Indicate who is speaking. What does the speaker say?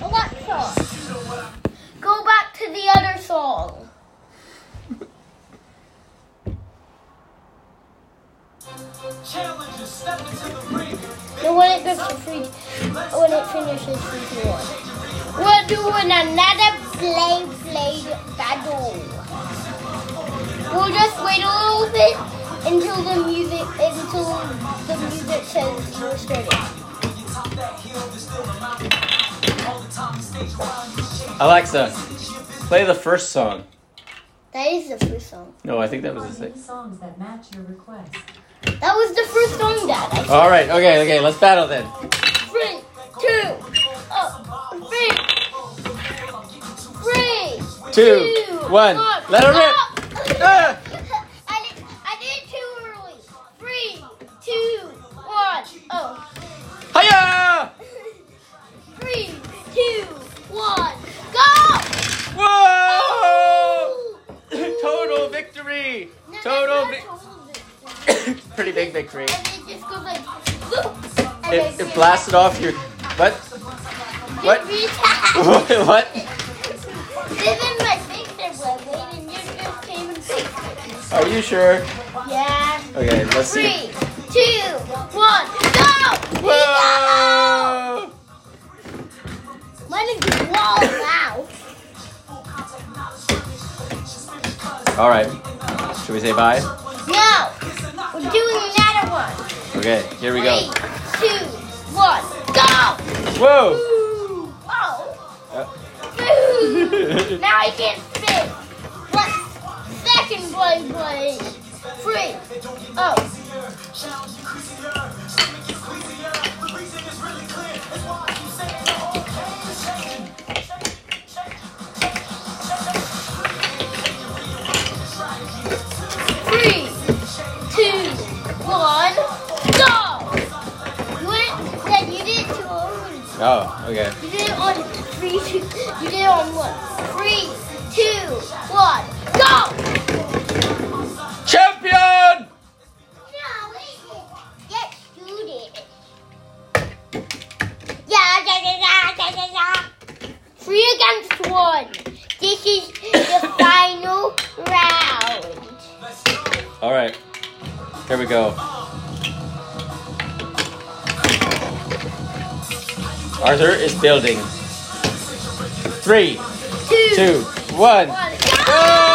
Speaker 1: What song? Go back to the other song.
Speaker 2: Challenges, step into the ring.
Speaker 1: The one it goes to free, when it finishes free one. We're doing another blade blade battle. We'll just wait a little bit until the music until the music says we're starting.
Speaker 3: Alexa, play the first song.
Speaker 1: That is the first song.
Speaker 3: No, I think that was the
Speaker 4: Finding
Speaker 3: sixth.
Speaker 4: songs that match your request.
Speaker 1: That was the first song, Dad. I
Speaker 3: All right, okay, okay, let's battle then.
Speaker 1: Three, two, uh, three, three,
Speaker 3: Two, one, let her rip.
Speaker 1: rip.
Speaker 3: Ah!
Speaker 1: I did, I did it too early. Three, two, one, oh.
Speaker 3: Hiya!
Speaker 1: Three, two, one, go!
Speaker 3: Whoa! Oh. Total victory!
Speaker 1: No,
Speaker 3: Total
Speaker 1: that's not
Speaker 3: vi-
Speaker 1: total victory.
Speaker 3: Pretty big victory.
Speaker 1: And it just goes like, zoop, and
Speaker 3: It,
Speaker 1: then-
Speaker 3: it blasted off your. What? What?
Speaker 1: Didn't
Speaker 3: What? what?
Speaker 1: my picture was waiting, you just came and picked it.
Speaker 3: Are you sure?
Speaker 1: Yeah.
Speaker 3: Okay, let's see.
Speaker 1: Three, two, one, go!
Speaker 3: Whoa!
Speaker 1: Mine is wall now.
Speaker 3: All right. Should we say bye?
Speaker 1: No, we're doing another one.
Speaker 3: Okay, here we
Speaker 1: Three,
Speaker 3: go.
Speaker 1: two, one, go!
Speaker 3: Whoa!
Speaker 1: Ooh, oh.
Speaker 3: Uh. Oh,
Speaker 1: Ooh. now I can't spin. What? Second blade blade. Three. Oh, three, two, one, go! You went, Dad, you did it too early.
Speaker 3: Oh, okay.
Speaker 1: You did it on three, two, you did it on one. Three, two, one, go!
Speaker 3: Champion!
Speaker 1: No, we didn't. Yes, you did. Yeah, yeah, yeah, yeah, yeah, yeah, yeah. Three against one. This is the final round.
Speaker 3: All right. Here we go. Arthur is building. Three,
Speaker 1: Two,
Speaker 3: two, one.
Speaker 1: one, Oh, go!
Speaker 3: Go!